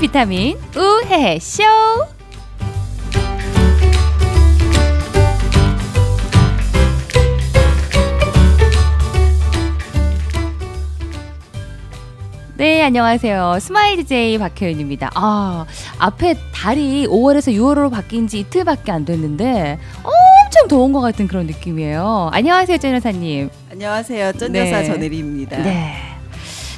비타민 우해 쇼. 네, 안녕하세요. 스마일 DJ 박혜윤입니다. 아, 앞에 달이 5월에서 6월로 바뀐 지 이틀밖에 안 됐는데 엄청 더운 것 같은 그런 느낌이에요. 안녕하세요, 전 여사님. 안녕하세요. 네. 쩐여사 전혜리입니다. 네.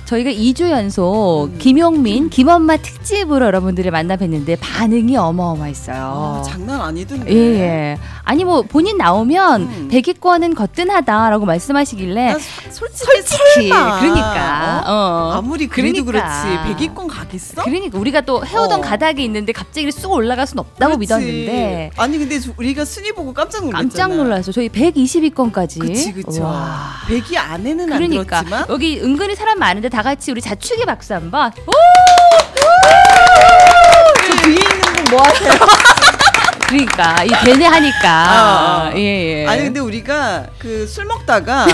저희가 2주 연속 음. 김용민, 김엄마 특집으로 여러분들을 만나뵀는데 반응이 어마어마했어요. 아, 장난 아니던데. 예, 예. 아니 뭐 본인 나오면 음. 백위권은 거뜬하다라고 말씀하시길래 난 사- 솔직히, 솔직히 설마. 그러니까 어? 어. 아무리 그래도 그 그러니까. 렇지 백위권 가겠어? 그러니까 우리가 또 해오던 어. 가닥이 있는데 갑자기 쑥 올라갈 순 없다고 그렇지. 믿었는데 아니 근데 저- 우리가 순위 보고 깜짝 놀랐잖아. 깜짝 놀랐어. 저희 122위권까지. 그치 그쵸. 와. 백위 안에는 안 그러니까 들었지만 여기 은근히 사람 많은데 다 같이 우리 자축의 박수 한번. 오! 저 뒤에 있는 분 뭐 하세요? 그러니까 이 되네 하니까 아, 아. 예, 예. 아니 근데 우리가 그 술 먹다가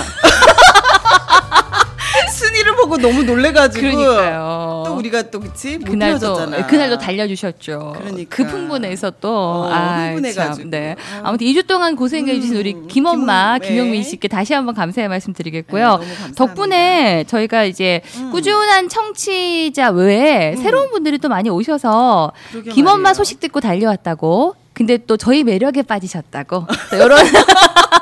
순위를 보고 너무 놀래가지고 그러니까요. 또 우리가 또 그치 못 그날도 헤어졌잖아. 그날도 달려주셨죠. 그러니까. 그 풍분에서 또 어, 아이, 흥분해가지고. 참, 네. 아유. 아무튼 2주 동안 고생해 주신 음, 우리 김엄마 김엄- 김용민 네. 씨께 다시 한번 감사의 네, 말씀드리겠고요. 너무 감사합니다. 덕분에 저희가 이제 음. 꾸준한 청취자 외에 음. 새로운 분들이 또 많이 오셔서 그러게 김엄마 말이에요. 소식 듣고 달려왔다고. 근데 또 저희 매력에 빠지셨다고. 아, 또 이런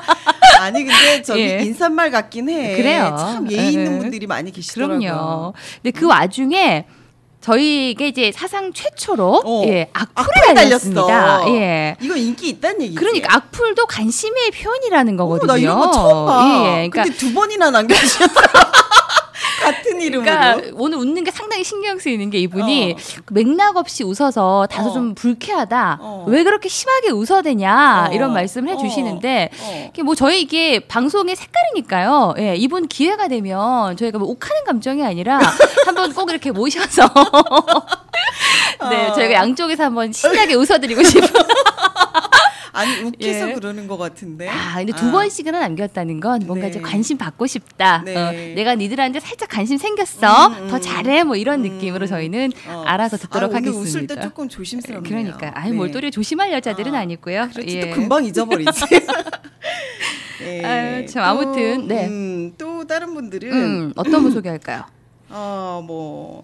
아니 근데 저기 예. 인사말 같긴 해. 그래요. 참 예의 있는 예. 분들이 많이 계시더라고요. 음. 그럼요. 근데 그 와중에 저희가 이제 사상 최초로 어. 예, 악플을 악플 달렸습니다. 달렸어. 예. 이거 인기 있다는 얘기지. 그러니까 악플도 관심의 표현이라는 어머, 거거든요. 나 이런 거 처음 봐. 예, 예. 그러니까 근데 두 번이나 남겨주셨다. 같은 이름으로. 그러니까 오늘 웃는 게 상당히 신경 쓰이는 게 이분이 맥락 없이 웃어서 다소 어. 좀 불쾌하다. 어. 왜 그렇게 심하게 웃어대냐 어. 이런 말씀을 어. 해주시는데 어. 이게 뭐 저희 이게 방송의 색깔이니까요. 예, 이번 기회가 되면 저희가 뭐 욱하는 감정이 아니라 한번 꼭 이렇게 모셔서 네, 어. 저희가 양쪽에서 한번 신나게 웃어드리고 싶어요. 아니 웃겨서 예. 그러는 것 같은데. 아, 근데 두 번씩은 남겼다는 건 뭔가 네. 이제 관심 받고 싶다. 네. 어, 내가 니들한테 살짝 관심 생겼어. 음, 음. 더 잘해. 뭐 이런 음. 느낌으로 저희는 어. 알아서 듣도록 아, 오늘 하겠습니다. 웃을 때 조금 조심스럽네요. 그러니까, 아이 네. 뭘 또려 조심할 여자들은 아, 아니고요. 그렇지 예. 또 금방 잊어버리지. 예. 아유, 참, 아무튼, 네. 음, 또 다른 분들은 음, 어떤 분 소개할까요? 어, 뭐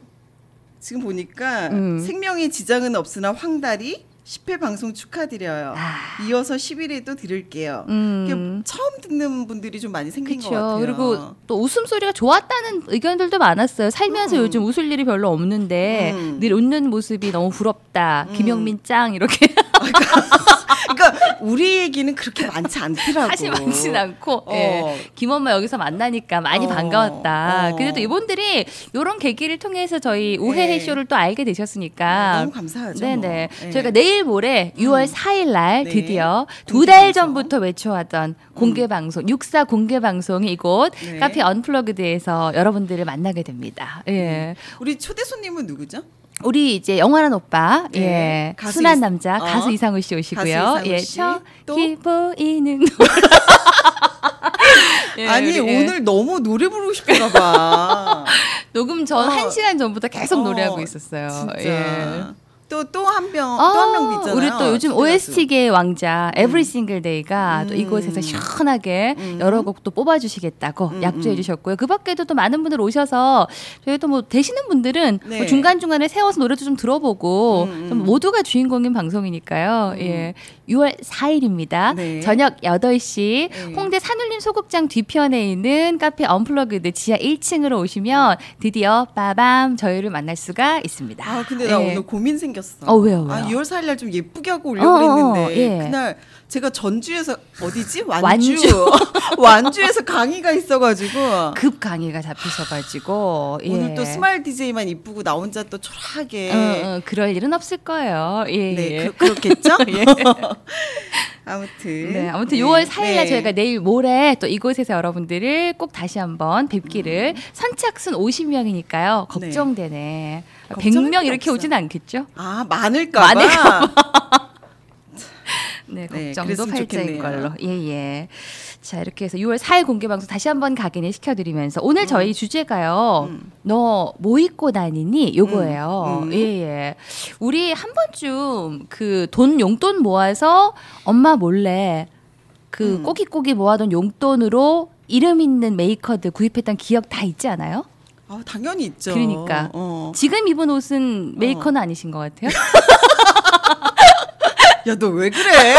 지금 보니까 음. 생명의 지장은 없으나 황달이 10회 방송 축하드려요. 아. 이어서 11회 또 들을게요. 음. 이렇게 처음 듣는 분들이 좀 많이 생긴 것 그렇죠. 같아요. 그리고 또 웃음 소리가 좋았다는 의견들도 많았어요. 살면서 음. 요즘 웃을 일이 별로 없는데 음. 늘 웃는 모습이 너무 부럽다. 음. 김영민 짱 이렇게 그러니까 우리 얘기는 그렇게 많지 않더라고. 사실 많진 않고 어. 예. 김엄마 여기서 만나니까 많이 어. 반가웠다. 어. 근데 또 이분들이 이런 계기를 통해서 저희 우회 네. 해쇼를 또 알게 되셨으니까 아, 너무 감사하죠. 아, 네네. 뭐. 예. 음. 저희가 내일 모레 6월 4일 날 네. 그렇죠. 드디어 공개 두 달 방송. 전부터 외쳐왔던 공개 방송, 육사 공개 방송이 이곳 네. 카페 언플러그드에서 여러분들을 만나게 됩니다. 예. 우리 초대 손님은 누구죠? 우리 이제 영화란 오빠, 예. 네. 가수 순한 이- 남자 어. 가수 이상우 씨 오시고요. 가수 이상우 예. 씨. 저기 보이는 예, 아니 우리, 예. 오늘 너무 노래 부르고 싶은가 봐. 녹음 전 어. 한시간 전부터 계속 어, 노래하고 있었어요. 예. 진짜. 또 또 한 명 또 한 명도 아, 있잖아요. 우리 또 요즘 초대 가수. OST계의 왕자 에브리 싱글 데이가 또 음. 이곳에서 시원하게 음. 여러 곡 또 뽑아주시겠다고 음, 약조해 음. 주셨고요. 그 밖에도 또 많은 분들 오셔서 저희 또뭐 되시는 분들은 네. 뭐 중간중간에 세워서 노래도 좀 들어보고 음, 음. 좀 모두가 주인공인 방송이니까요. 예. 6월 4일입니다. 네. 저녁 8시 네. 홍대 산울림 소극장 뒤편에 있는 카페 언플러그드 지하 1층으로 오시면 드디어 빠밤 저희를 만날 수가 있습니다. 아 근데 나 예. 오늘 고민 생겼어. 어, 왜요, 왜요? 아 2월 4일 날 좀 예쁘게 하고 어, 어, 오려고 어, 그랬는데 예. 그날 제가 전주에서 어디지 완주. 완주 완주. 에서 강의가 있어가지고 급 강의가 잡히셔가지고 예. 오늘 또 스마일 DJ만 이쁘고 나 혼자 또 초라하게 응, 응, 어, 그럴 일은 없을 거예요. 예, 네 예. 그, 렇겠죠 아무튼 네, 아무튼 네, 6월 4일날 네. 저희가 내일 모레 또 이곳에서 여러분들을 꼭 다시 한번 뵙기를 음. 선착순 50명이니까요. 걱정되네. 네. 걱정할 100명 필요 이렇게 아, 없어요. 오진 않겠죠? 아 많을까봐 많을까봐. 네, 네, 걱정도 그랬으면 팔자인 좋겠네요. 걸로. 예, 예. 자, 이렇게 해서 6월 4일 공개 방송 다시 한번 각인을 시켜드리면서 오늘 저희 주제가요. 음. 너 뭐 입고 다니니? 요거예요. 음, 음. 예, 예. 우리 한 번쯤 그 돈 용돈 모아서 엄마 몰래 그 음. 꼬깃꼬깃 모아둔 용돈으로 이름 있는 메이커들 구입했던 기억 다 있지 않아요? 아, 당연히 있죠. 그러니까. 어. 지금 입은 옷은 메이커는 아니신 것 같아요. 야, 너 왜 그래?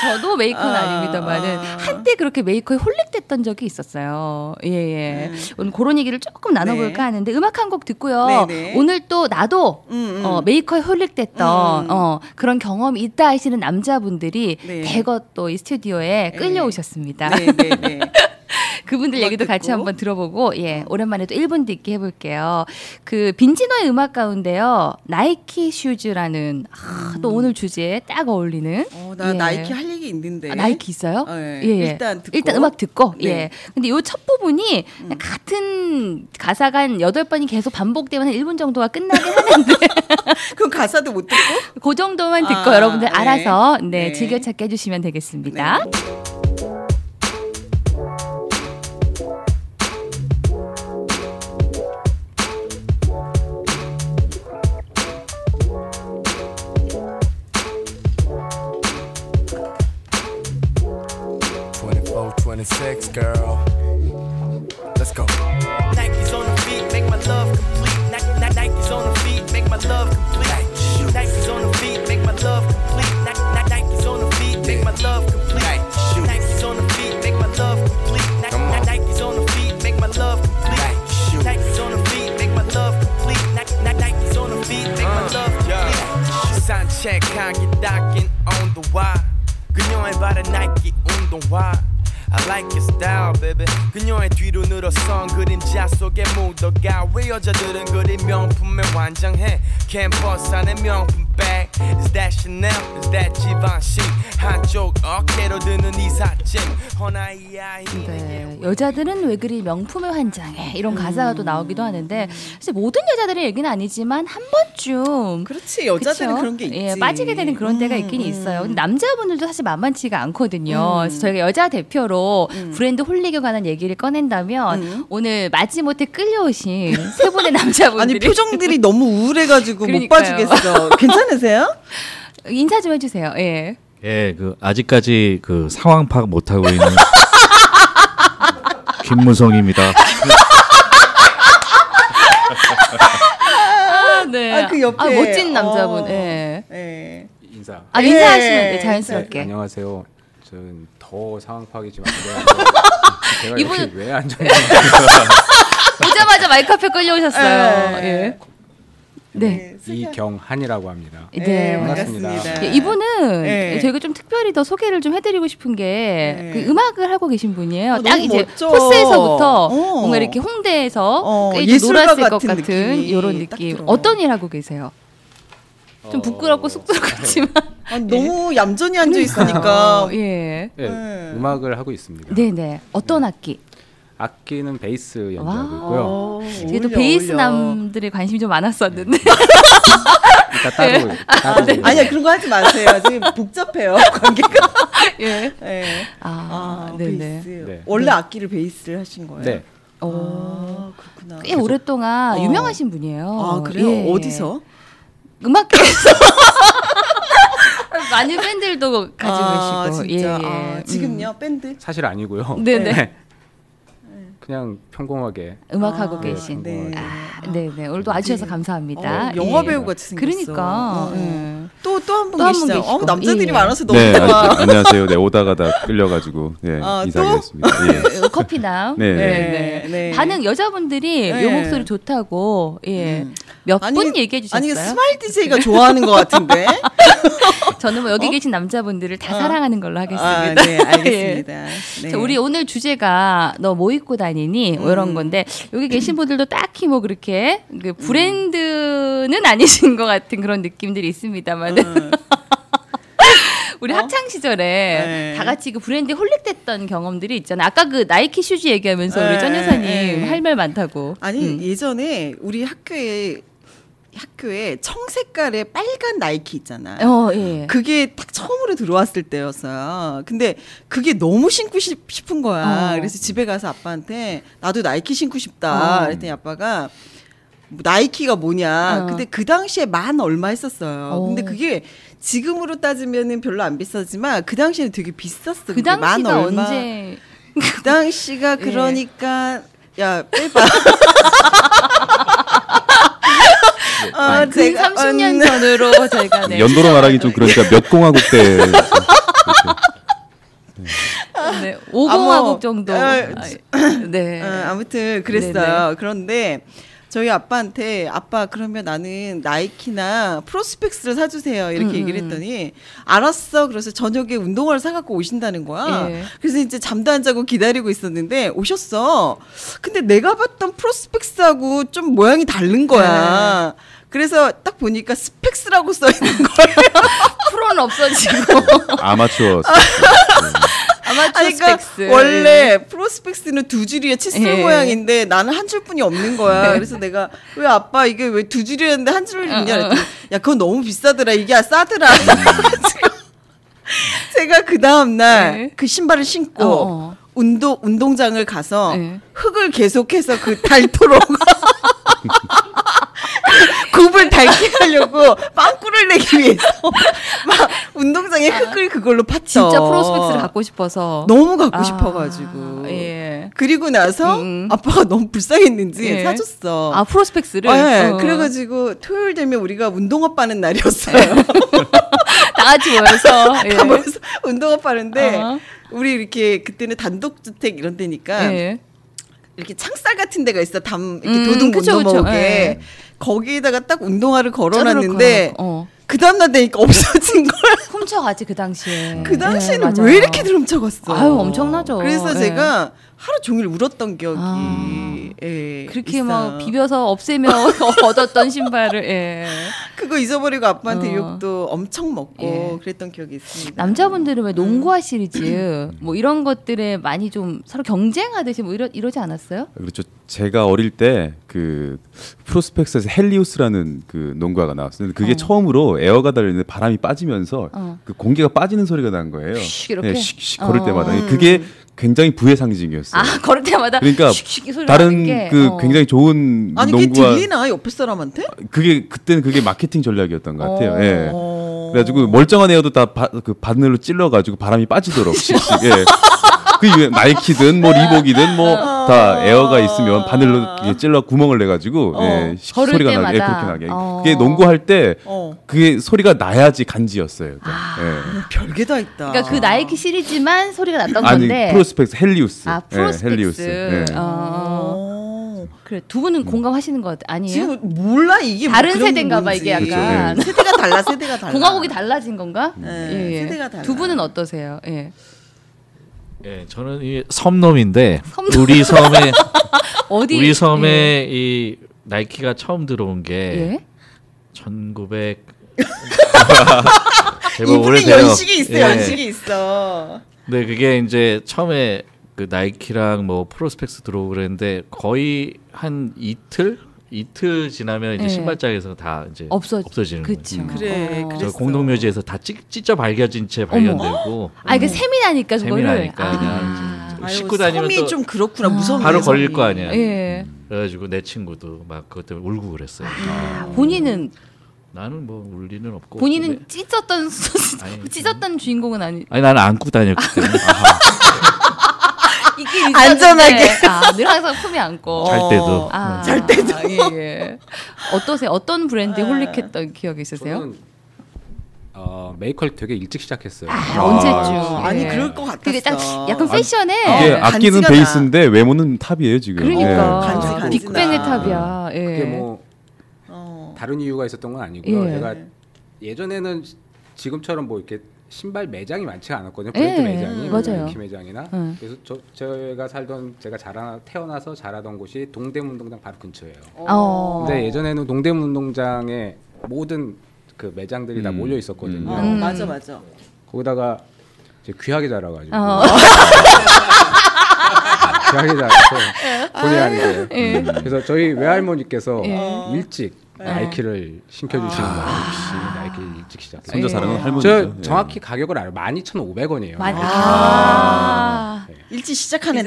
저도 메이커는 아, 아닙니다만은 아. 한때 그렇게 메이커에 홀릭됐던 적이 있었어요. 예, 예. 오늘 그런 얘기를 조금 나눠볼까 네. 하는데 음악 한 곡 듣고요. 네, 네. 오늘 또 나도 음, 음. 어, 메이커에 홀릭됐던 음. 어, 그런 경험이 있다 하시는 남자분들이 네. 대거 또 이 스튜디오에 네. 끌려오셨습니다. 네, 네, 네. 그분들 음악 얘기도 같이 듣고. 음. 한번 들어보고 예 오랜만에 또 1분 듣기 해볼게요. 그 빈지노의 음악 가운데요 나이키 슈즈라는 아, 음. 또 오늘 주제에 딱 어울리는 어, 나 예. 나이키 할 얘기 있는데. 아, 나이키 있어요? 어, 예. 예, 예. 일단 듣고. 일단 음악 듣고 네. 음. 예 근데 요 첫 부분이 그냥 같은 가사가 한 여덟 번이 계속 반복되면 한 1분 정도가 끝나긴 하는데 그 가사도 못 듣고? 그 정도만 듣고 아, 여러분들 네. 알아서 네, 네. 즐겨찾기 해주시면 되겠습니다 네. Twenty-four, twenty-six, girl. Let's go. Nike's on the feet, make my love complete. Ni- ni- Nike's on the feet, make my love complete. Nike's on the feet, make my love complete. Ni- ni- Nike's on the feet, make my love complete. Nike's on the feet, make my love complete. Ni- Come on. ni- Nike's on the feet, make my love complete. Nike's on the feet, make my love complete. Ni- ni- Nike's on the feet, make Uh. my love complete. 산책하기 닦인 온도와 그녀의 발에 나이키 운동화 I like your style, baby. 그녀의 뒤로 늘어선 그림자 속에 묻어가 왜 여자들은 그리 명품에 완장해 캠퍼스 안에 명품 백 Is that Chanel? Is that Givenchy? 한쪽 어깨로 드는 이 사진 허나이 아이 네. 여자들은 왜 그리 명품의 환장해 이런 가사가 또 나오기도 하는데 사실 모든 여자들의 얘기는 아니지만 한 번쯤 그렇지. 여자들은 그쵸? 그런 게 음. 있지. 예, 빠지게 되는 그런 때가 있긴 있어요. 근데 남자분들도 사실 만만치가 않거든요. 음. 그래서 저희가 여자 대표로 브랜드 홀릭에 관한 얘기를 꺼낸다면 음. 오늘 마지못해 끌려오신 세 분의 남자분들이 아니 표정들이 너무 우울해가지고 못 그러니까요. 봐주겠어. 괜찮으세요? 인사 좀 해주세요. 예. 예, 그 아직까지 그 상황 파악 못 하고 있는 김문성입니다. 아, 네. 아, 그 옆에. 아, 멋진 남자분. 어. 예. 네. 인사. 아, 예. 네. 인사하시면 돼, 자연스럽게. 안녕하세요. 저는 더 상황 파악이 지금 안 돼요. 제가 이분은- 이렇게 왜 앉았는지 오자마자 마이크 앞에 끌려오셨어요. 예. 예. 네. 이경한이라고 합니다. 네. 반갑습니다. 예, 이분은 예. 저희가 좀 특별히 더 소개를 좀 해드리고 싶은 게 예. 그 음악을 하고 계신 분이에요. 아, 딱 너무 이제 멋져. 코스에서부터 어. 뭔가 이렇게 홍대에서 어, 꽤 이제 예술가 놀았을 것 같은 같은 느낌이 이런 딱 느낌. 들어요. 어떤 일 하고 계세요? 좀 어, 부끄럽고 쑥스럽지만. 아, 네. 너무 얌전히 앉아 있으니까. 예. 예, 네. 음악을 하고 있습니다. 네네. 어떤 악기? 악기는 베이스 연주하고 있고요. 어, 제가 또 어울려, 네. 베이스 어울려. 남들의 관심이 좀 많았었는데. 그러니까 네. 따로 따로 아니야 그런 거 하지 마세요. 지금 복잡해요 관계가. 예. 네. 아, 아, 네네. 베이스. 네. 원래 악기를 베이스를 하신 거예요? 네. 아, 그렇구나. 어. 꽤 오랫동안 어. 유명하신 분이에요. 아, 그래요? 예. 어디서? 음악계에서 많은 팬들도 가지고 아, 계시고 진짜. 예, 예. 아, 지금요? 밴드? 사실 아니고요. 음. 네네 네. 그냥 평범하게 음악하고 아, 계신 네. 아, 네네 오늘도 와주셔서 감사합니다 어, 영화 예. 배우 같이 생겼어. 그러니까 어. 예. 또 또또한분 한분 계시죠. 계시고. 어, 남자들이 예. 많아서 너무 네, 좋아. 아, 안녕하세요. 네, 오다가 다 끌려가지고 예, 아, 인사하겠습니다. 예. 어, 커피남 네. 네, 네. 네. 반응 여자분들이 네. 음. 요 목소리 좋다고 예. 몇 분 얘기해 주셨어요? 아니 스마일 DJ가 좋아하는 것 같은데. 저는 뭐 여기 계신 남자분들을 다 사랑하는 걸로 하겠습니다. 어? 아, 네, 예. 알겠습니다. 네. 음. 자, 우리 오늘 주제가 너 뭐 입고 다니니? 뭐 이런 건데 여기 계신 분들도 딱히 뭐 그렇게 그 브랜드는 아니신 것 같은 그런 느낌들이 있습니다만 은 음. 어? 우리 학창 시절에 네. 다 같이 그 브랜드 에 홀릭됐던 경험들이 있잖아요. 아까 그 나이키 슈즈 얘기하면서 우리 네, 전 여사님 네. 음. 할 말 많다고. 아니 예전에 우리 학교에 학교에 청색깔의 빨간 나이키 있잖아요. 어, 예. 그게 딱 처음으로 들어왔을 때였어요. 근데 그게 너무 신고 싶, 은 거야. 어. 그래서 집에 가서 아빠한테 나도 나이키 신고 싶다. 어. 그랬더니 아빠가 뭐 나이키가 뭐냐. 어. 근데 그 당시에 만 얼마 했었어요. 어. 근데 그게 지금으로 따지면은 별로 안 비싸지만 그 당시에는 되게 비쌌어. 그 그게 만 당시가 얼마. 언제 예. 그 당시가 그러니까 야 빼봐. 어, 한 제가- 아, 그 30년 전으로 저희가 네. 연도로 말하기 좀 그러니까 몇 공화국 때 네. 50화국 뭐, 정도. 어, 아, 네. 어, 아무튼 그랬어요. 그런데 저희 아빠한테 아빠 그러면 나는 나이키나 프로스펙스를 사주세요 이렇게 음, 얘기를 음. 했더니 알았어. 그래서 저녁에 운동화를 사갖고 오신다는 거야. 예. 그래서 이제 잠도 안 자고 기다리고 있었는데 오셨어. 근데 내가 봤던 프로스펙스하고 좀 모양이 다른 아. 거야. 그래서 딱 보니까 스펙스라고 써 있는 거야. 프로는 없어지고 그러니까 아마추어 아마추어 아니, 그러니까 스펙스. 원래 프로스펙스는 두 줄이의 칫솔 예. 네. 모양인데 나는 한 줄뿐이 없는 거야. 그래서 내가 왜 아빠 이게 왜 두 줄이었는데 한 어, 줄이냐 그랬더니 야 그건 너무 비싸더라. 이게 싸더라. 음. 그래가지고 제가 그 다음 날 예. 그 신발을 신고 어. 운동 운동장을 가서 예. 흙을 계속해서 그 닳도록 굽을 닳게 하려고 빵꾸를 내기 위해서 막 운동장에 흙을 그걸로 팠죠. 아. 진짜 프로스펙스를 갖고 싶어서 너무 갖고 아, 싶어가지고. 예. 그리고 나서 음. 아빠가 너무 불쌍했는지 예. 사줬어. 아 프로스펙스를 예, 어. 그래가지고 토요일 되면 우리가 운동화 빠는 날이었어요. 다 같이 모여서 예. 다 모여서 운동화 빠는데 어. 우리 이렇게 그때는 단독주택 이런 데니까 예. 이렇게 창살 같은 데가 있어. 담 이렇게 음, 도둑 못 그쵸, 그쵸. 넘어오게 예. 거기에다가 딱 운동화를 쩌르륵 걸어놨는데 걸어놓고, 어. 그 다음날 되니까 없어진 거야. 훔쳐가지 그 당시에 그 당시에는 예, 맞아요. 왜 이렇게 훔쳐갔어? 아유, 엄청나죠. 그래서 예. 제가 하루 종일 울었던 기억이 아, 예, 그렇게 있어요. 막 비벼서 없애며 얻었던 신발을 예. 그거 잊어버리고 아빠한테 어. 욕도 엄청 먹고 예. 그랬던 기억이 있습니다. 남자분들은 음. 왜 농구화 시리즈 뭐 이런 것들에 많이 좀 서로 경쟁하듯이 뭐 이러 이러지 않았어요? 그렇죠. 제가 어릴 때 그 프로스펙스에서 헬리우스라는 그 농구화가 나왔었는데 그게 어. 처음으로 에어가 달렸는데 바람이 빠지면서 어. 그 공기가 빠지는 소리가 난 거예요. 슉 이렇게? 슉슉 걸을 어. 때마다 그게 굉장히 부의 상징이었어요. 아 걸을 때마다 그러니까 슉슉 이 소리 나는 다른 게, 그 어. 굉장히 좋은 아니 그게 농구화 들리나 옆에 사람한테? 아, 그게 그때는 그게 마케팅 전략이었던 것 같아요. 어. 예. 어. 그래가지고 멀쩡한 에어도 다 그 바늘로 찔러가지고 바람이 빠지도록 씩씩. 예. 그 이외에 나이키든 뭐 리복이든 뭐 다 에어가 있으면 바늘로 이렇게 찔러 구멍을 내가지고 예, 어, 씩 걸을 소리가 나게 예, 때마다. 그렇게 나게. 어. 그게 농구할 때 어. 그게 소리가 나야지 간지였어요. 일단. 아, 예. 별게 다 있다. 그러니까 그 나이키 시리즈만 소리가 났던 아. 아니 건데 프로스펙스 헬리우스. 아 예, 프로스펙스 헬리우스. 음. 예. 어, 어. 그래 두 분은 공감하시는 것 같- 아니에요? 지금 몰라 이게 예. 다른 뭐 그런 게 세대인가 봐, 뭔지. 이게 약간. 그렇죠, 예. 세대가 달라 세대가 달라. 공화국이 달라진 건가? 네, 예, 예. 세대가 달라. 두 분은 어떠세요? 예. 예, 저는 이 섬놈인데 섬놈. 네. 우리 섬에 어디 우리 섬에 이 나이키가 처음 들어온 예. 게 예? 1900 제법 이분의 오래돼요. 연식이 있어 예. 연식이 있어. 네, 그게 이제 처음에 그 나이키랑 뭐 프로스펙스 들어오고 그랬는데 거의 한 이틀 이틀 지나면 이제 예. 신발장에서 다 이제 없어져- 없어지는 음. 그쵸. 거죠. 그래 어. 저 그랬어. 공동묘지에서 다 찢, 찢어 발견진 채 발견되고 아, 음. 그러니까 셈이 나니까 재미 그거를. 나니까 아. 그냥 아유, 씻고 다니면 섬이 또 좀 그렇구나 무섭네. 바로 섬이. 걸릴 거 아니야. 예. 그래가지고 내 친구도 막 그것 때문에 울고 그랬어요. 아, 본인은 나는 뭐 울 일은 없고 근데- 본인은 찢었던 아니, 찢었던 주인공은 아니. 아니 나는 안고 다녔기 때문에 있긴 있었는데, 안전하게. 아, 늘 항상 품에 안고. 잘 어. 때도 아, 잘 때도. 예, 예. 어떠세요? 어떤 아. 브랜드에 홀릭했던 기억이 있으세요? 저는 어, 메이크업 되게 일찍 시작했어요. 아, 언제쯤? 어, 아니 예. 그럴 것 같았어. 그게 딱 약간 패션에 이게 예. 악기는 간지가 베이스인데 외모는 탑이에요 지금. 어. 그러니까 간지, 아, 예. 간지. 빅뱅의 나. 탑이야. 예. 그게 뭐 어. 다른 이유가 있었던 건 아니고요. 예. 제가 예전에는 지금처럼 뭐 이렇게 신발 매장이 많지가 않았거든요. 브랜드 예, 매장이, 맞아요. 키 매장이나. 음. 그래서 저 제가 살던 제가 자라 태어나서 자라던 곳이 동대문운동장 바로 근처예요. 어. 근데 네, 예전에는 동대문운동장에 모든 그 매장들이 다 음. 몰려 있었거든요. 어, 음. 맞아 맞아. 거기다가 이제 귀하게 자라가지고 어. 귀하게 자라서 본의 아니게. 예. 그래서 저희 외할머니께서 예. 아. 일찍 나이키를 신겨주시는 거예요. 역시 나이키 일찍 시작. 혼자 예. 사랑은 할머니죠. 저 예. 정확히 가격을 알아요. 12,500원이에요. 네. 만 아. 일찍 시작하면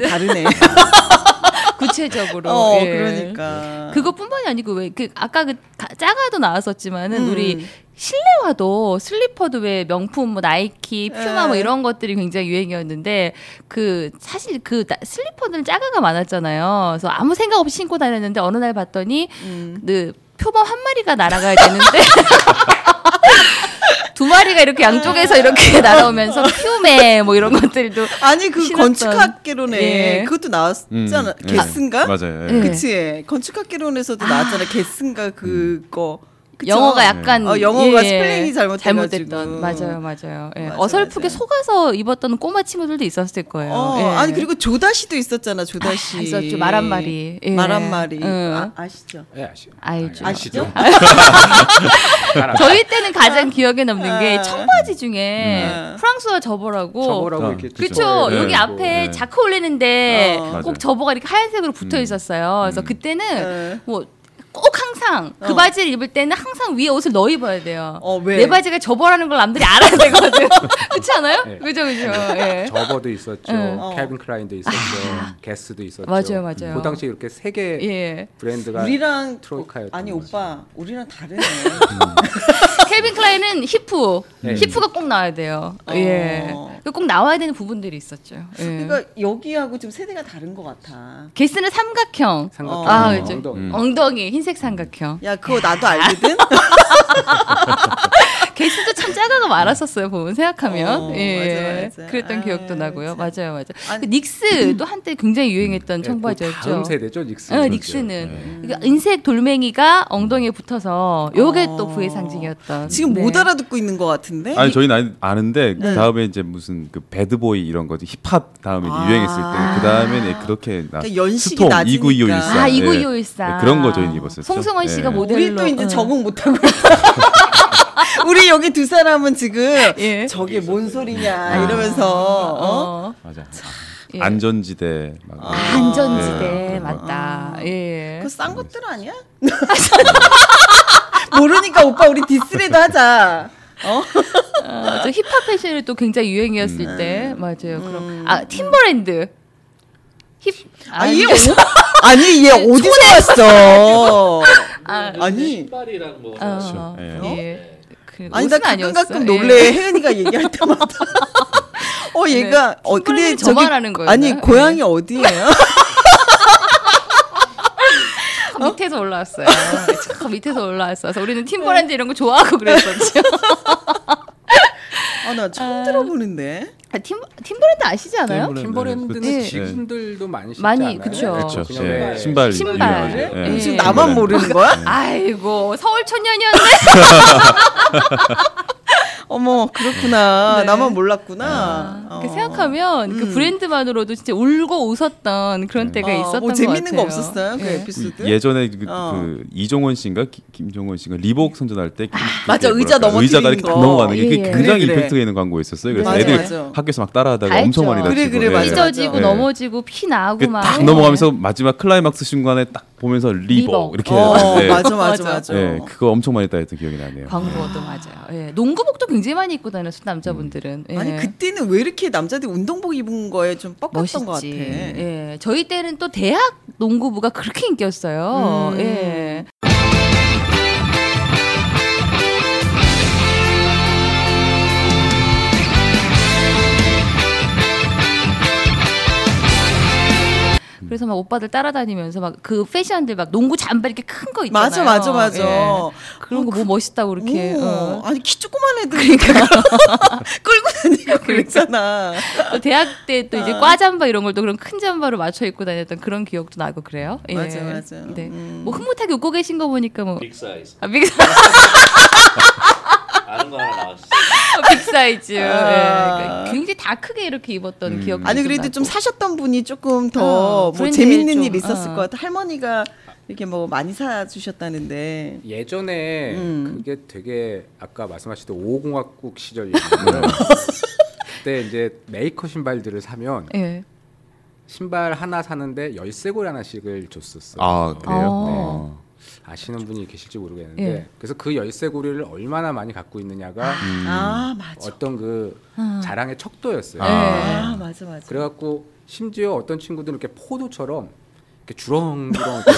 다르네. 구체적으로. 어, 예. 그러니까. 그것뿐만이 아니고 왜 그 아까 그 가- 짜가도 나왔었지만은 음. 우리 실내화도 슬리퍼도 왜 명품 뭐 나이키, 퓨마 뭐 예. 이런 것들이 굉장히 유행이었는데 그 사실 그 나- 슬리퍼는 짜가가 많았잖아요. 그래서 아무 생각 없이 신고 다녔는데 어느 날 봤더니 그 표범 한 마리가 날아가야 되는데 두 마리가 이렇게 양쪽에서 이렇게 날아오면서 퓨메 뭐 이런 것들도 아니 그 신었던- 건축학개론에 예. 그것도 음, 나왔잖아. 예. 개스인가? 맞아요. 예. 예. 그치. 건축학개론에서도 나왔잖아. 개스인가 그거. 그쵸? 영어가 약간 예, 어, 영어가 스펠링이 잘못돼가지고. 잘못됐던 맞아요 맞아요 예. 맞아, 어설프게 맞아. 속아서 입었던 꼬마 친구들도 있었을 거예요 어, 예. 아니 그리고 조다시도 있었잖아. 조다시. 아, 있었죠. 말 한마리. 예. 말 한마리. 응. 아, 아시죠? 예, 아시죠. 알죠. 아시죠? 저희 때는 가장 기억에 남는 게 아. 청바지 중에 네. 프랑스어 저버라고 저거라고 어. 이렇게 그렇죠. 예. 네. 여기 네. 앞에 네. 자크 올리는데 어. 꼭 맞아요. 저버가 이렇게 하얀색으로 붙어 음. 있었어요. 그래서 그때는 네. 뭐 꼭 항상 그 어. 바지를 입을 때는 항상 위에 옷을 넣어 입어야 돼요. 어, 왜? 내 바지가 저버라는 걸 남들이 알아야 되거든. 그렇지 않아요? 네. 그죠, 그죠. 예. 저버도 있었죠. 응. 어. 캘빈 크라인도 있었죠. 게스도 있었죠. 맞아요, 맞아요. 그 당시 이렇게 세 개 예. 브랜드가 우리랑 어, 트로이카였던 아니 거지. 오빠 우리랑 다르네. 케빈 클라인은 히프. 네. 히프가 꼭 나와야 돼요. 어. 예. 꼭 나와야 되는 부분들이 있었죠. 예. 그러니까 여기하고 좀 세대가 다른 것 같아. 게스는 삼각형. 삼각형. 아, 음. 그렇죠. 엉덩이. 엉덩이 흰색 삼각형. 야 그거 나도 알거든. 게스도 참 짜가가 많았었어요. 보면 생각하면 어, 예 맞아, 맞아. 그랬던 아, 기억도 나고요. 맞아요, 맞아요. 아니- 그 닉스도 한때 굉장히 유행했던 예, 청바지였죠. 그 다음 세대죠, 네, 닉스. 어, 닉스는 그러니까 인색 돌멩이가 엉덩이에 붙어서 요게 어. 또 부의 상징이었던. 지금 못 네. 알아듣고 있는 것 같은데. 아니 저희 나이 네. 아는데 그 다음에 이제 무슨 그 배드보이 이런 거지 힙합 다음에 이제 아. 유행했을 때 그다음에 네, 그렇게 나 그러니까 연식이 스톰 낮으니까. 29214 네. 아, 예. 29214. 예, 그런 거 저희는 예. 입었어요. 송승헌 씨가 모델- 우리 또 모델로, 어. 이제 응. 적응 못하고 있어. 우리 여기 두 사람은 지금 예. 아. 저게 뭔 소리냐 이러면서 어? 어. 맞아. 예. 아, 안전지대 막 이런 거. 안전지대 네. 맞다. 예. 그싼 것들 아니야? 모르니까 오빠 우리 디스라도 하자. 어, 저 힙합 패션이 또 굉장히 유행이었을 때 맞아요. 그럼 아 팀버랜드. 힙. 아, 얘 어디, 아니 얘 어디서 왔어? 네, 아, 아니 신발이랑 뭐 어, 예. 예. 그 아니 나 옷은 가끔 가끔 아니었어요. 놀래 혜은이가 얘기할 때마다. 어 얘가 어 근데 네. 친구들이 저기 저만하는 네. 거였나? 아니 고향이 어디예요? 예. 참 밑에서 올라왔어요. 참 밑에서 올라왔어. 그래서 우리는 팀버랜드 이런 거 좋아하고 그랬었죠. 아 나 처음 들어보는데. 아, 팀 팀버랜드 아시지 않아요? 팀버랜드는 예. 지금들도 많이 신지 많이, 않아요? 그쵸. 네, 그렇죠. 그냥 네. 예, 왜 신발 신발. 유명하죠. 예. 지금 나만 모르는 거야? 아이고 서울 청년이었네. 어머 그렇구나. 네. 나만 몰랐구나. 어. 그 생각하면 그 브랜드만으로도 진짜 울고 웃었던 그런 때가 어, 있었던 뭐 것 재밌는 거 같아요. 없었어요? 그 예. 에피소드? 예전에 그, 어. 그 이종원 씨인가 기- 김종원 씨인가 리복 선전할 때 그- 그- 맞아, 그 의자 뭐랄까, 의자가 넘어뜨리는 이렇게 거. 넘어가는 게 예, 그게 예. 굉장히 그래, 그래. 임팩트가 있는 광고였었어요. 그래서 맞아, 애들 맞아. 학교에서 막 따라하다가 다 엄청 했죠. 많이 다치고 그래, 그래, 맞아, 맞아. 찢어지고 예. 넘어지고 피 나고 막. 그딱 예. 넘어가면서 마지막 클라이막스 순간에 딱 보면서 리복. 리복 이렇게 어, 예. 맞아 맞아 맞아. 예, 그거 엄청 많이 따했던 기억이 나네요. 광고도 맞아요. 예, 농구복도 굉장히 많이 입고 음. 다녔어 남자분들은. 예. 아니 그때는 왜 이렇게 남자들이 운동복 입은 거에 좀 멋있지. 뻑뻑했던 것 같아. 예. 저희 때는 또 대학 농구부가 그렇게 인기였어요. 음. 예. 그래서 막 오빠들 따라다니면서 막 그 패션들 막 농구 잠바 이렇게 큰 거 있잖아요. 맞아 맞아 맞아. 예. 그런 거 뭐 멋있다고 이렇게. 오, 어. 아니 키 조그만 애들 그러니까 끌고 그러니까. 다니고 그랬잖아. 또 대학 때 또 아. 이제 과 잠바 이런 걸 또 그런 큰 잠바로 맞춰 입고 다녔던 그런 기억도 나고 그래요. 예. 맞아, 맞아. 네. 음. 뭐 흐뭇하게 웃고 계신 거 보니까 뭐 빅 사이즈 아, 빅, 아는 거 하나 나왔어. 빅 사이즈. 예. 그러니까 아. 음. 굉장히 다 크게 이렇게 입었던 음. 기억. 아니 그래도 좀 사셨던 분이 조금 더 어, 뭐 브랜드에 재밌는 좀, 일 있었을 어. 것 같아. 할머니가 이렇게 뭐 많이 사 주셨다는데. 예전에 음. 그게 되게 아까 말씀하셨던 5공학국 시절이었는데 음. 그때 이제 메이커 신발들을 사면 예. 신발 하나 사는데 열쇠고리 하나씩을 줬었어요. 아 그래요? 어. 네. 아시는 분이 계실지 모르겠는데 예. 그래서 그 열쇠고리를 얼마나 많이 갖고 있느냐가 아 맞아. 음. 어떤 그 자랑의 척도였어요. 예. 아 맞아 맞아. 그래갖고 심지어 어떤 친구들은 이렇게 포도처럼 이렇게 주렁주렁 이렇게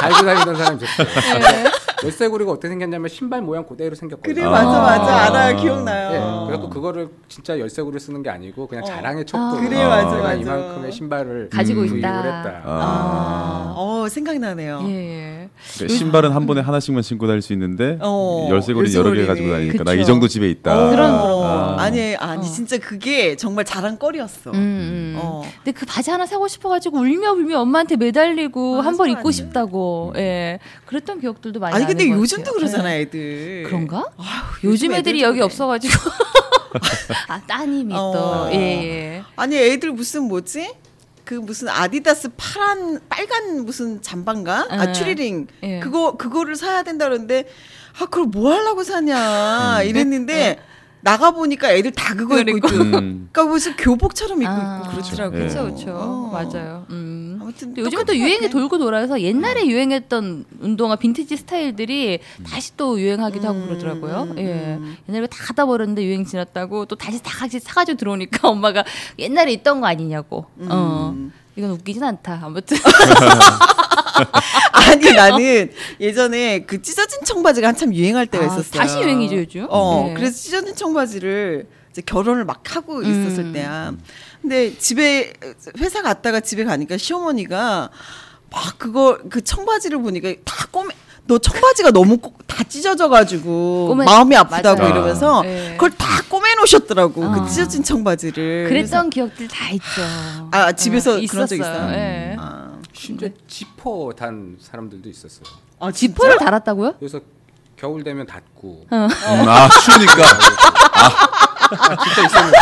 달고 다니던 사람이 있었어요. 열쇠고리가 어떻게 생겼냐면 신발 모양 그대로 생겼거든요. 그래 아. 맞아 맞아 알아요 예, 기억나요. 그래갖고 그거를 진짜 열쇠고리 쓰는 게 아니고 그냥 어. 자랑의 척도. 그래, 맞아, 내가 맞아. 이만큼의 신발을 음, 가지고 구입을 있다. 했다. 아, 어 생각나네요. 예. 그러니까 신발은 한 번에 하나씩만 신고 다닐 수 있는데 어, 열쇠고리 여러 개 가지고 다니니까 나 이 그쵸. 정도 집에 있다. 어, 그럼 그럼. 아. 아니 아니 어. 진짜 그게 정말 자랑거리였어. 음, 음. 어. 근데 그 바지 하나 사고 싶어가지고 울며 불며 엄마한테 매달리고 맞아, 한 번 맞아. 입고 싶다고 예 그랬던 기억들도 많이 아니 근데 나는 것 요즘도 같아요. 그러잖아 예. 애들. 그런가? 아휴, 요즘 애들이 여기 그래. 없어가지고 아 따님이 어. 또 예, 예. 아니 애들 무슨 뭐지? 그 무슨 아디다스 파란 빨간 무슨 잠바인가? 예. 아 추리링 예. 그거 그거를 사야 된다 그러는데 아 그걸 뭐 하려고 사냐 네. 이랬는데 나가 보니까 애들 다 그거 입고 있고 음. 그러니까 무슨 교복처럼 입고 아, 있고 음, 그렇더라고. 그렇죠 예. 그렇죠 어. 맞아요 음. 아무튼 근데 요즘은 또 똑같은 것 유행이 같아. 돌고 돌아서 옛날에 유행했던 운동화 빈티지 스타일들이 음. 다시 또 유행하기도 하고 그러더라고요. 예. 옛날에 다 하다 버렸는데 유행 지났다고 또 다시 다 같이 사가지고 들어오니까 엄마가 옛날에 있던 거 아니냐고. 음. 어. 이건 웃기진 않다. 아무튼. 네, 아니 나는 예전에 그 찢어진 청바지가 한참 유행할 때가 아, 있었어요. 다시 유행이죠, 요즘? 어, 네. 그래서 찢어진 청바지를 이제 결혼을 막 하고 있었을 음. 때야. 근데 집에 회사 갔다가 집에 가니까 시어머니가 막 그거 그 청바지를 보니까 다 꼬매. 너 청바지가 너무 꼬- 다 찢어져가지고 꼬매- 마음이 아프다고 맞아요. 이러면서 네. 그걸 다 꼬매놓으셨더라고 아. 그 찢어진 청바지를 그랬던 기억들 다 있죠. 아, 집에서 그런 적 있었어요. 있어요? 예. 아, 심지어 지퍼 단 사람들도 있었어요. 아 지퍼를 달았다고요? 그래서 겨울 되면 닫고. 음, 아 추우니까. 아, 진짜 있었는데.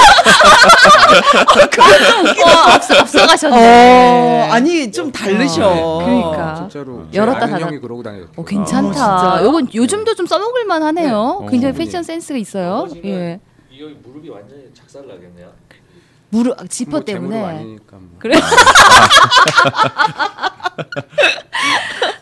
어, 앞서, 어, 앞서가셨네. 아니 좀 다르셔. 네, 그러니까. 진짜로. 열었다 열었다 닫았- 닫았. 형이 그러고 다녔고. 어, 괜찮다. 진짜요? 요건 요즘도 좀 써먹을 네. 만하네요. 네. 굉장히 어, 패션 센스가 있어요. 예. 이 형이 무릎이 완전히 작살 나겠네요. 무릎 아, 지퍼 뭐 때문에. 아니니까 뭐. 그래.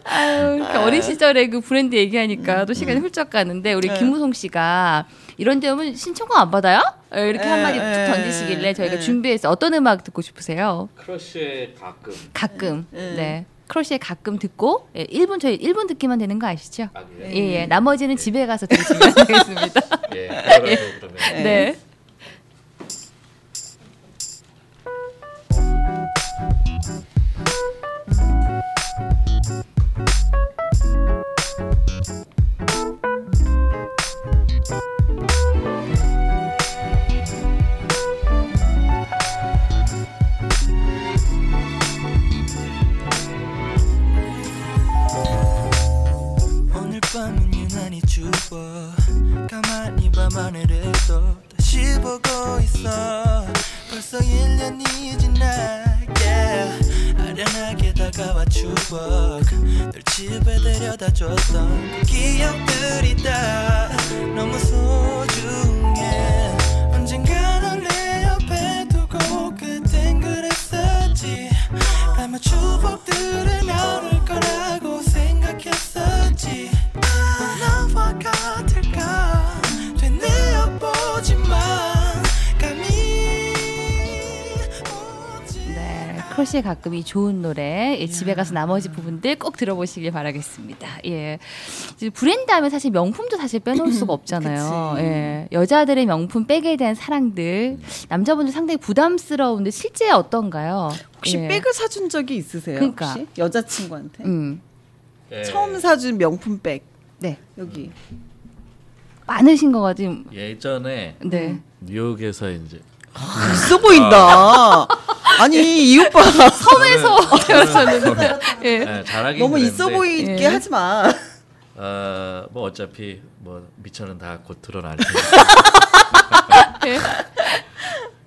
아유, 음. 이렇게 어린 시절에 그 브랜드 얘기하니까 또 시간이 훌쩍 가는데 우리 김우송 씨가 이런 점은 신청곡 안 받아요? 에, 이렇게 에, 한마디 에, 툭 던지시길래 저희가 에. 준비해서 어떤 음악 듣고 싶으세요? 크러쉬의 가끔 가끔. 네. 크러쉬의 가끔 듣고 예, 1분 저희 1분 듣기만 되는 거 아시죠? 네. 예, 예. 나머지는 집에 가서 들으시면 되겠습니다. 예. 그거라도 그러면 네. 오늘 밤은 유난히 추워 가만히 밤하늘을 또 다시 보고 있어 벌써 1년이 지나 yeah. 아련하게 다가와 추억 널 집에 데려다줬던 그 기억들이 다 너무 소중해 언젠가 널 내 옆에 두고 그땐 그랬었지 아마 추억들은 나올 거라고 생각했었지 나와 같을까 되뇌어보지만 감이 오지 네, 크러쉬의 가끔 이 좋은 노래 예, 집에 가서 나머지 부분들 꼭 들어보시길 바라겠습니다. 예, 이제 브랜드 하면 사실 명품도 사실 빼놓을 수가 없잖아요. 그치. 예, 여자들의 명품 백에 대한 사랑들 남자분들 상당히 부담스러운데 실제 어떤가요? 혹시 예. 백을 사준 적이 있으세요? 그러니까. 혹시 여자친구한테 음, 예. 처음 사준 명품 백 네 여기 많으신 거 같은. 예전에 네, 음. 뉴욕에서 이제 아. 있어 보인다. 아니 이 오빠 섬에서 태어났는데 예. 예, 네? 잘하긴 너무 있어 그랬는데, 보이게 예. 하지 마. 어, 뭐 어차피 뭐 미천은 다 곧 드러날 테니.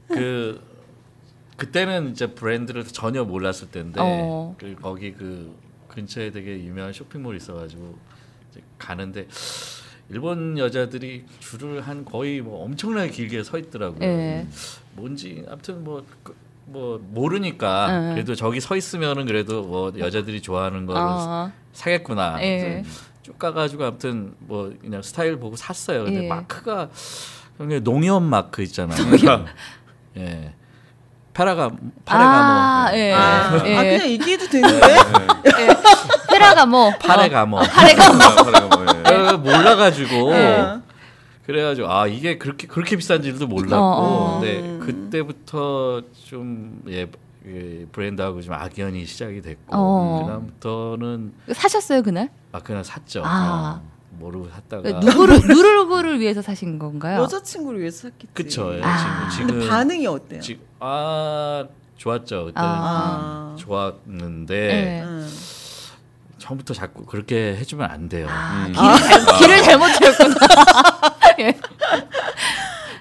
그 그때는 이제 브랜드를 전혀 몰랐을 때인데 어. 그 거기 그 근처에 되게 유명한 쇼핑몰이 있어가지고 이제 가는데 일본 여자들이 줄을 한 거의 뭐 엄청나게 길게 서 있더라고요. 예. 뭔지 아무튼 뭐 그- 뭐 모르니까 응, 응. 그래도 저기 서 있으면은 그래도 뭐 여자들이 좋아하는 거를 어. 사겠구나. 예. 그래서 쭉 가가지고 아무튼 뭐 그냥 스타일 보고 샀어요. 근데 예. 마크가 그게 농협 마크 있잖아요. 예. 페라가 아, 파레가모. 예. 아, 네. 예. 아, 그냥 얘기해도 되는데 페라가모. 파레가모. 아, 파레가모. 예. 어, 몰라가지고 예. 그래가지고 아 이게 그렇게 그렇게 비싼 줄도 몰랐고 어, 어. 근데 그때부터 좀예 브랜드하고 좀 악연이 시작이 됐고 어. 그다음부터는 사셨어요 그날? 아 그냥 샀죠. 아. 어, 모르고 샀다가 누구를 누구를 위해서 사신 건가요? 여자친구를 위해서 샀겠지. 그쵸. 예, 아. 지금 근데 지금 반응이 어때요? 지- 아 좋았죠. 그때 아. 좋았는데 예. 음. 처음부터 자꾸 그렇게 해주면 안 돼요. 아, 길을, 잘, 길을 잘못 들었구나. 예. 예,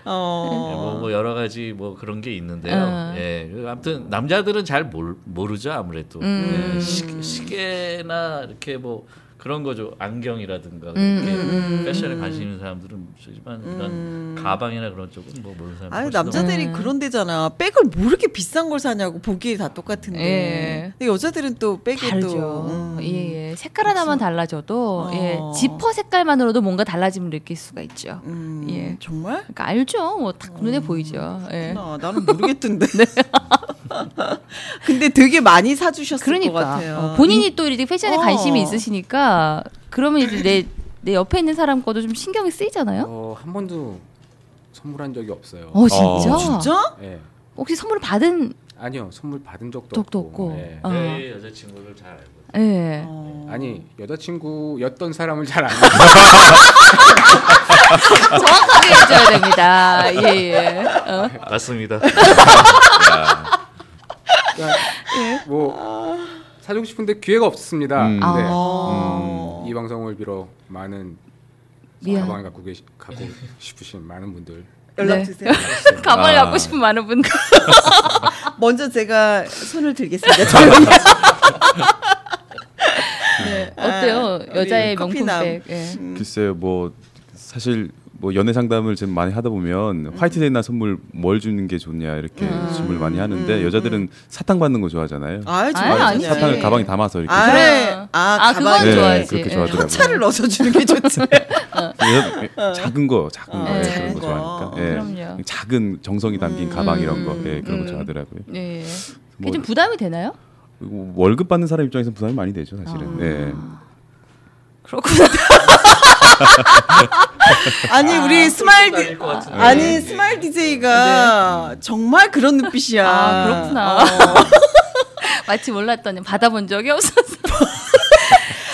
어. 뭐, 뭐 여러 가지 뭐 그런 게 있는데요. 음. 어. 예, 아무튼 남자들은 잘 모르, 모르죠 아무래도 음. 예, 시, 시계나 이렇게 뭐 그런 거죠 안경이라든가 음, 이렇게 음, 음. 패션에 관심 있는 사람들은 모르지만 이런 가방이나 그런 쪽은 뭐 모르는 음. 사람. 아니 남자들이 음. 그런 데잖아. 백을 뭐 이렇게 비싼 걸 사냐고 보기에 다 똑같은데. 예. 근데 여자들은 또 백이 다르죠. 또 음. 예, 예. 색깔 하나만 달라져도 어. 예. 지퍼 색깔만으로도 뭔가 달라짐을 느낄 수가 있죠. 음, 예. 정말? 그러니까 알죠. 뭐 딱 눈에 보이죠. 예. 나 나는 모르겠던데. 네. 근데 되게 많이 사주셨을 것 그러니까 같아요. 어, 본인이 또 이렇게 패션에 어. 관심이 있으시니까 그러면 이제 내, 내 옆에 있는 사람 거도 좀 신경이 쓰이잖아요. 어, 한 번도 선물한 적이 없어요. 어 진짜? 어, 진짜? 예. 혹시 선물 받은 아니요, 선물 받은 적도 적도 없고. 없고. 예. 어. 내 네, 여자친구를 잘 알고. 예. 어. 아니 여자친구였던 사람을 잘 안. 정확하게 해줘야 됩니다. 예 예. 어. 맞습니다. 그러니까 뭐 사주고 싶은데 기회가 없습니다. 음. 아. 네. 어. 이 방송을 비로 많은 미안. 가방을 갖고 계시, 갖고 싶으신 많은 분들 연락 네. 주세요. 가발 아. 갖고 싶은 많은 분들. 먼저 제가 손을 들겠습니다. 저는 네. 어때요? 우리 여자의 아, 커피남. 명품백. 예. 글쎄요 뭐 사실 뭐 연애 상담을 지금 많이 하다 보면 화이트데이 날 선물 뭘 주는 게 좋냐 이렇게 질문을 많이 하는데 여자들은 사탕 받는 거 좋아하잖아요. 아, 아니, 정말 아니지. 사탕을 가방에 담아서 이렇게 아, 그래요. 아, 아, 가방에. 그건 네, 좋아하지. 그렇게 예. 좋아하더라고요. 차를 넣어서 주는 게 좋지. 여- 작은 거 작은 어, 거 예, 작은 그런 거 거. 좋아하니까 예. 네. 그럼요. 작은 정성이 담긴 가방 이런 거 예, 그런 음. 거 좋아하더라고요. 예. 예. 그게 뭐- 좀 부담이 되나요? 그리고 월급 받는 사람 입장에서 부담이 많이 되죠 사실은. 아. 예. 그렇구나. 아니 우리 스마일 디... 아닐 것 같은데. 네. 예. 아니 스마일 DJ가 정말 그런 눈빛이야. 네. 아, 그렇구나. 어. 마치 몰랐더니 받아본 적이 없어서.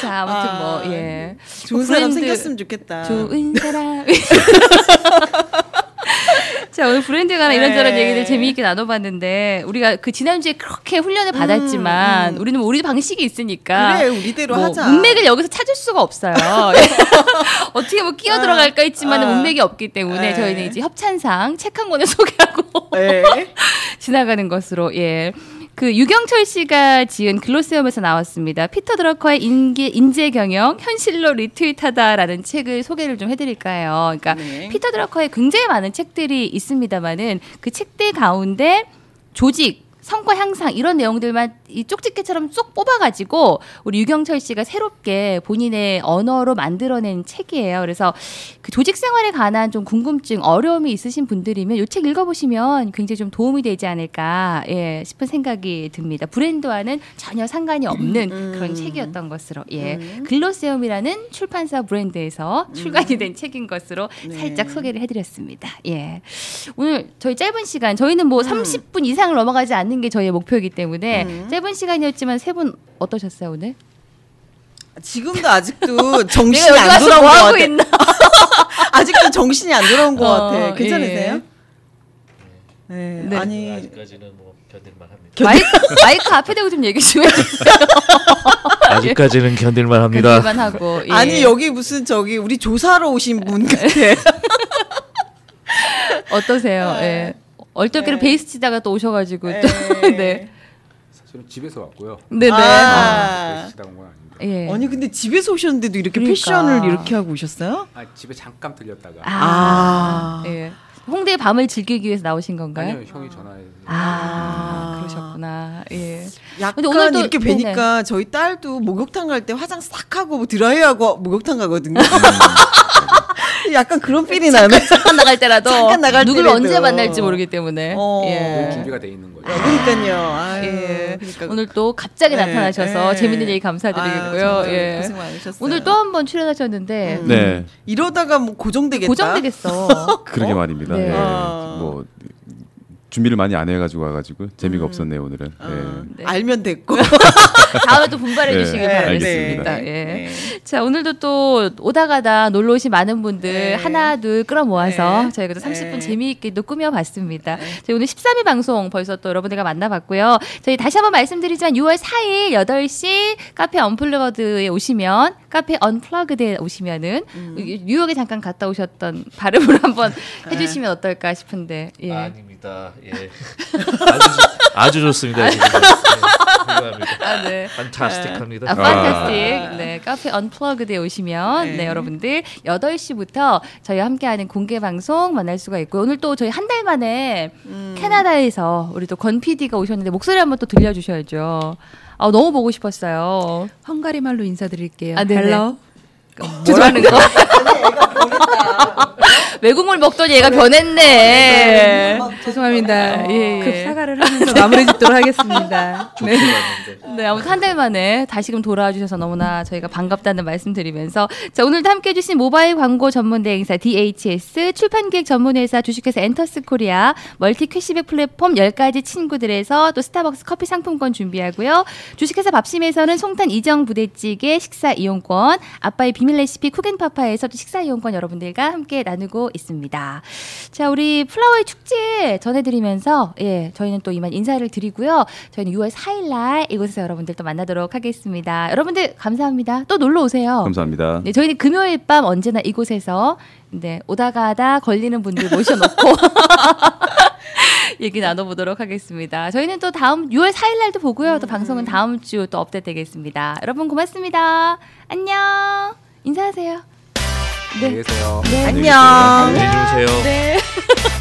자, 아무튼 아, 뭐 예. 좋은 사람 브랜드- 생겼으면 좋겠다. 좋은 사람. 자 오늘 브랜드에 관한 이런저런 네. 얘기들 재미있게 나눠봤는데 우리가 그 지난주에 그렇게 훈련을 받았지만 우리는 뭐 우리 방식이 있으니까 음, 그래 우리대로 뭐 하자. 문맥을 여기서 찾을 수가 없어요. 어떻게 뭐 끼어 들어갈까 했지만 아. 문맥이 없기 때문에 네. 저희는 이제 협찬상 책 한 권을 소개하고 예. 지나가는 것으로 예. 그 유경철 씨가 지은 글로세움에서 나왔습니다. 피터 드러커의 인기, 인재 경영 현실로 리트윗하다라는 책을 소개를 좀 해드릴까 해요. 그러니까 네. 피터 드러커의 굉장히 많은 책들이 있습니다만은 그 책들 가운데 조직 성과 향상 이런 내용들만 이 쪽집게처럼 쏙 뽑아가지고 우리 유경철 씨가 새롭게 본인의 언어로 만들어낸 책이에요. 그래서 그 조직 생활에 관한 좀 궁금증, 어려움이 있으신 분들이면 이 책 읽어보시면 굉장히 좀 도움이 되지 않을까 예, 싶은 생각이 듭니다. 브랜드와는 전혀 상관이 없는 음. 그런 책이었던 것으로 예, 글로세움이라는 출판사 브랜드에서 음. 출간이 된 책인 것으로 네. 살짝 소개를 해드렸습니다. 예. 오늘 저희 짧은 시간 저희는 음. 뭐 30분 이상을 넘어가지 않는 게 저희의 목표이기 때문에 음. 짧은 시간이었지만 세 분 어떠셨어요 오늘? 지금도 아직도 정신이 내가 여기 안 와서 돌아온 뭐 것 하고 같아. 있나? 아직도 정신이 안 돌아온 것 어, 같아. 괜찮으세요? 예. 네. 네. 아니 아직까지는 뭐 견딜만 합니다. 마이크, 마이크 앞에 대고 좀 얘기 좀 해주세요. 아직까지는 견딜만 그만 하고. 예. 네. 아니 여기 무슨 저기 우리 조사로 오신 분 같아. 어떠세요? 아, 예. 네. 얼떨결에 베이스 치다가 또 오셔가지고 또 예. 네. 사실은 집에서 왔고요. 네네. 아. 시다 온 건 아닌데 예. 아니 근데 집에서 오셨는데도 이렇게 그러니까. 패션을 이렇게 하고 오셨어요? 아, 집에 잠깐 들렸다가. 아. 예. 홍대의 밤을 즐기기 위해서 나오신 건가요? 아니요, 형이 전화해서. 아, 그러셨구나. 예. 약간 근데 오늘도- 이렇게 네네. 뵈니까 저희 딸도 목욕탕 갈 때 화장 싹 하고 뭐 드라이하고 목욕탕 가거든요. 약간 그런 필이 나네. 음. 잠깐 나갈 때라도 잠깐 나갈 누굴 때라도. 언제 만날지 모르기 때문에. 어. 늘 예. 준비가 돼 있는 거죠. 아, 그러니까요. 아유, 예. 그러니까. 오늘 또 갑자기 예, 나타나셔서 예. 재밌는 얘기 감사드리고요. 아유, 정말 예. 고생 많으셨어요. 오늘 또 한 번 출연하셨는데 음. 네. 이러다가 뭐 고정되겠다. 고정되겠어. 그러게 말입니다. 네. 예. 아. 뭐 준비를 많이 안 해가지고 와가지고 음. 재미가 없었네요 오늘은. 어, 예. 네. 알면 됐고. 다음에 또 분발해 네, 주시길 네, 바라겠습니다. 네. 예. 네. 자 오늘도 또 오다 가다 놀러 오신 많은 분들 네. 하나 둘 끌어모아서 네. 저희가 또 30분 네. 재미있게도 꾸며봤습니다. 저희 오늘 13일 방송 벌써 또 여러분들과 만나봤고요. 저희 다시 한번 말씀드리지만 6월 4일 8시 카페 언플러그드에 오시면 카페 언플러그드에 오시면은 뉴욕에 잠깐 갔다 오셨던 발음을 한번 해주시면 어떨까 싶은데 예. 아닙니다. 예. 아주, 좋- 아주 좋습니다. 지금. 네, 훌륭합니다. 아, 네. 판타스틱합니다. 아, 판타스틱. 네, 카페 언플러그드에 오시면 네. 네, 여러분들 8시부터 저희와 함께하는 공개 방송 만날 수가 있고요. 오늘 또 저희 한 달 만에 음. 캐나다에서 우리 또 권 PD가 오셨는데 목소리 한번 또 들려 주셔야죠. 아, 너무 보고 싶었어요. 헝가리 말로 인사드릴게요. 아, 네네. 헬로. 뭐라는 거? 외국물 먹더니 얘가 변했네. 죄송합니다. 예, 예. 급 사과를 하면서 마무리 짓도록 하겠습니다. 네. 네, 아무튼 한 달 만에 다시금 돌아와 주셔서 너무나 저희가 반갑다는 말씀드리면서 자 오늘도 함께해 주신 모바일 광고 전문대 행사 DHS 출판기획 전문회사 주식회사 엔터스코리아 멀티 캐시백 플랫폼 10가지 친구들에서 또 스타벅스 커피 상품권 준비하고요 주식회사 밥심에서는 송탄 이정 부대찌개 식사 이용권 아빠의 비밀 레시피 쿡앤파파에서 또 식사 이용권 여러분들과 함께 나누고 있습니다. 자, 우리 플라워의 축제 전해드리면서 예, 저희는 또 이만 인사를 드리고요. 저희는 6월 4일날 이곳에서 여러분들 또 만나도록 하겠습니다. 여러분들 감사합니다. 또 놀러 오세요. 감사합니다. 네, 저희는 금요일 밤 언제나 이곳에서 네, 오다가다 걸리는 분들 모셔놓고 얘기 나눠보도록 하겠습니다. 저희는 또 다음 6월 4일날도 보고요. 또 방송은 다음 주 또 업데이트되겠습니다. 여러분 고맙습니다. 안녕. 인사하세요. 안녕히 네, 계세요. 안녕히 아. 안녕. 네, 안녕히 주무세요. 네.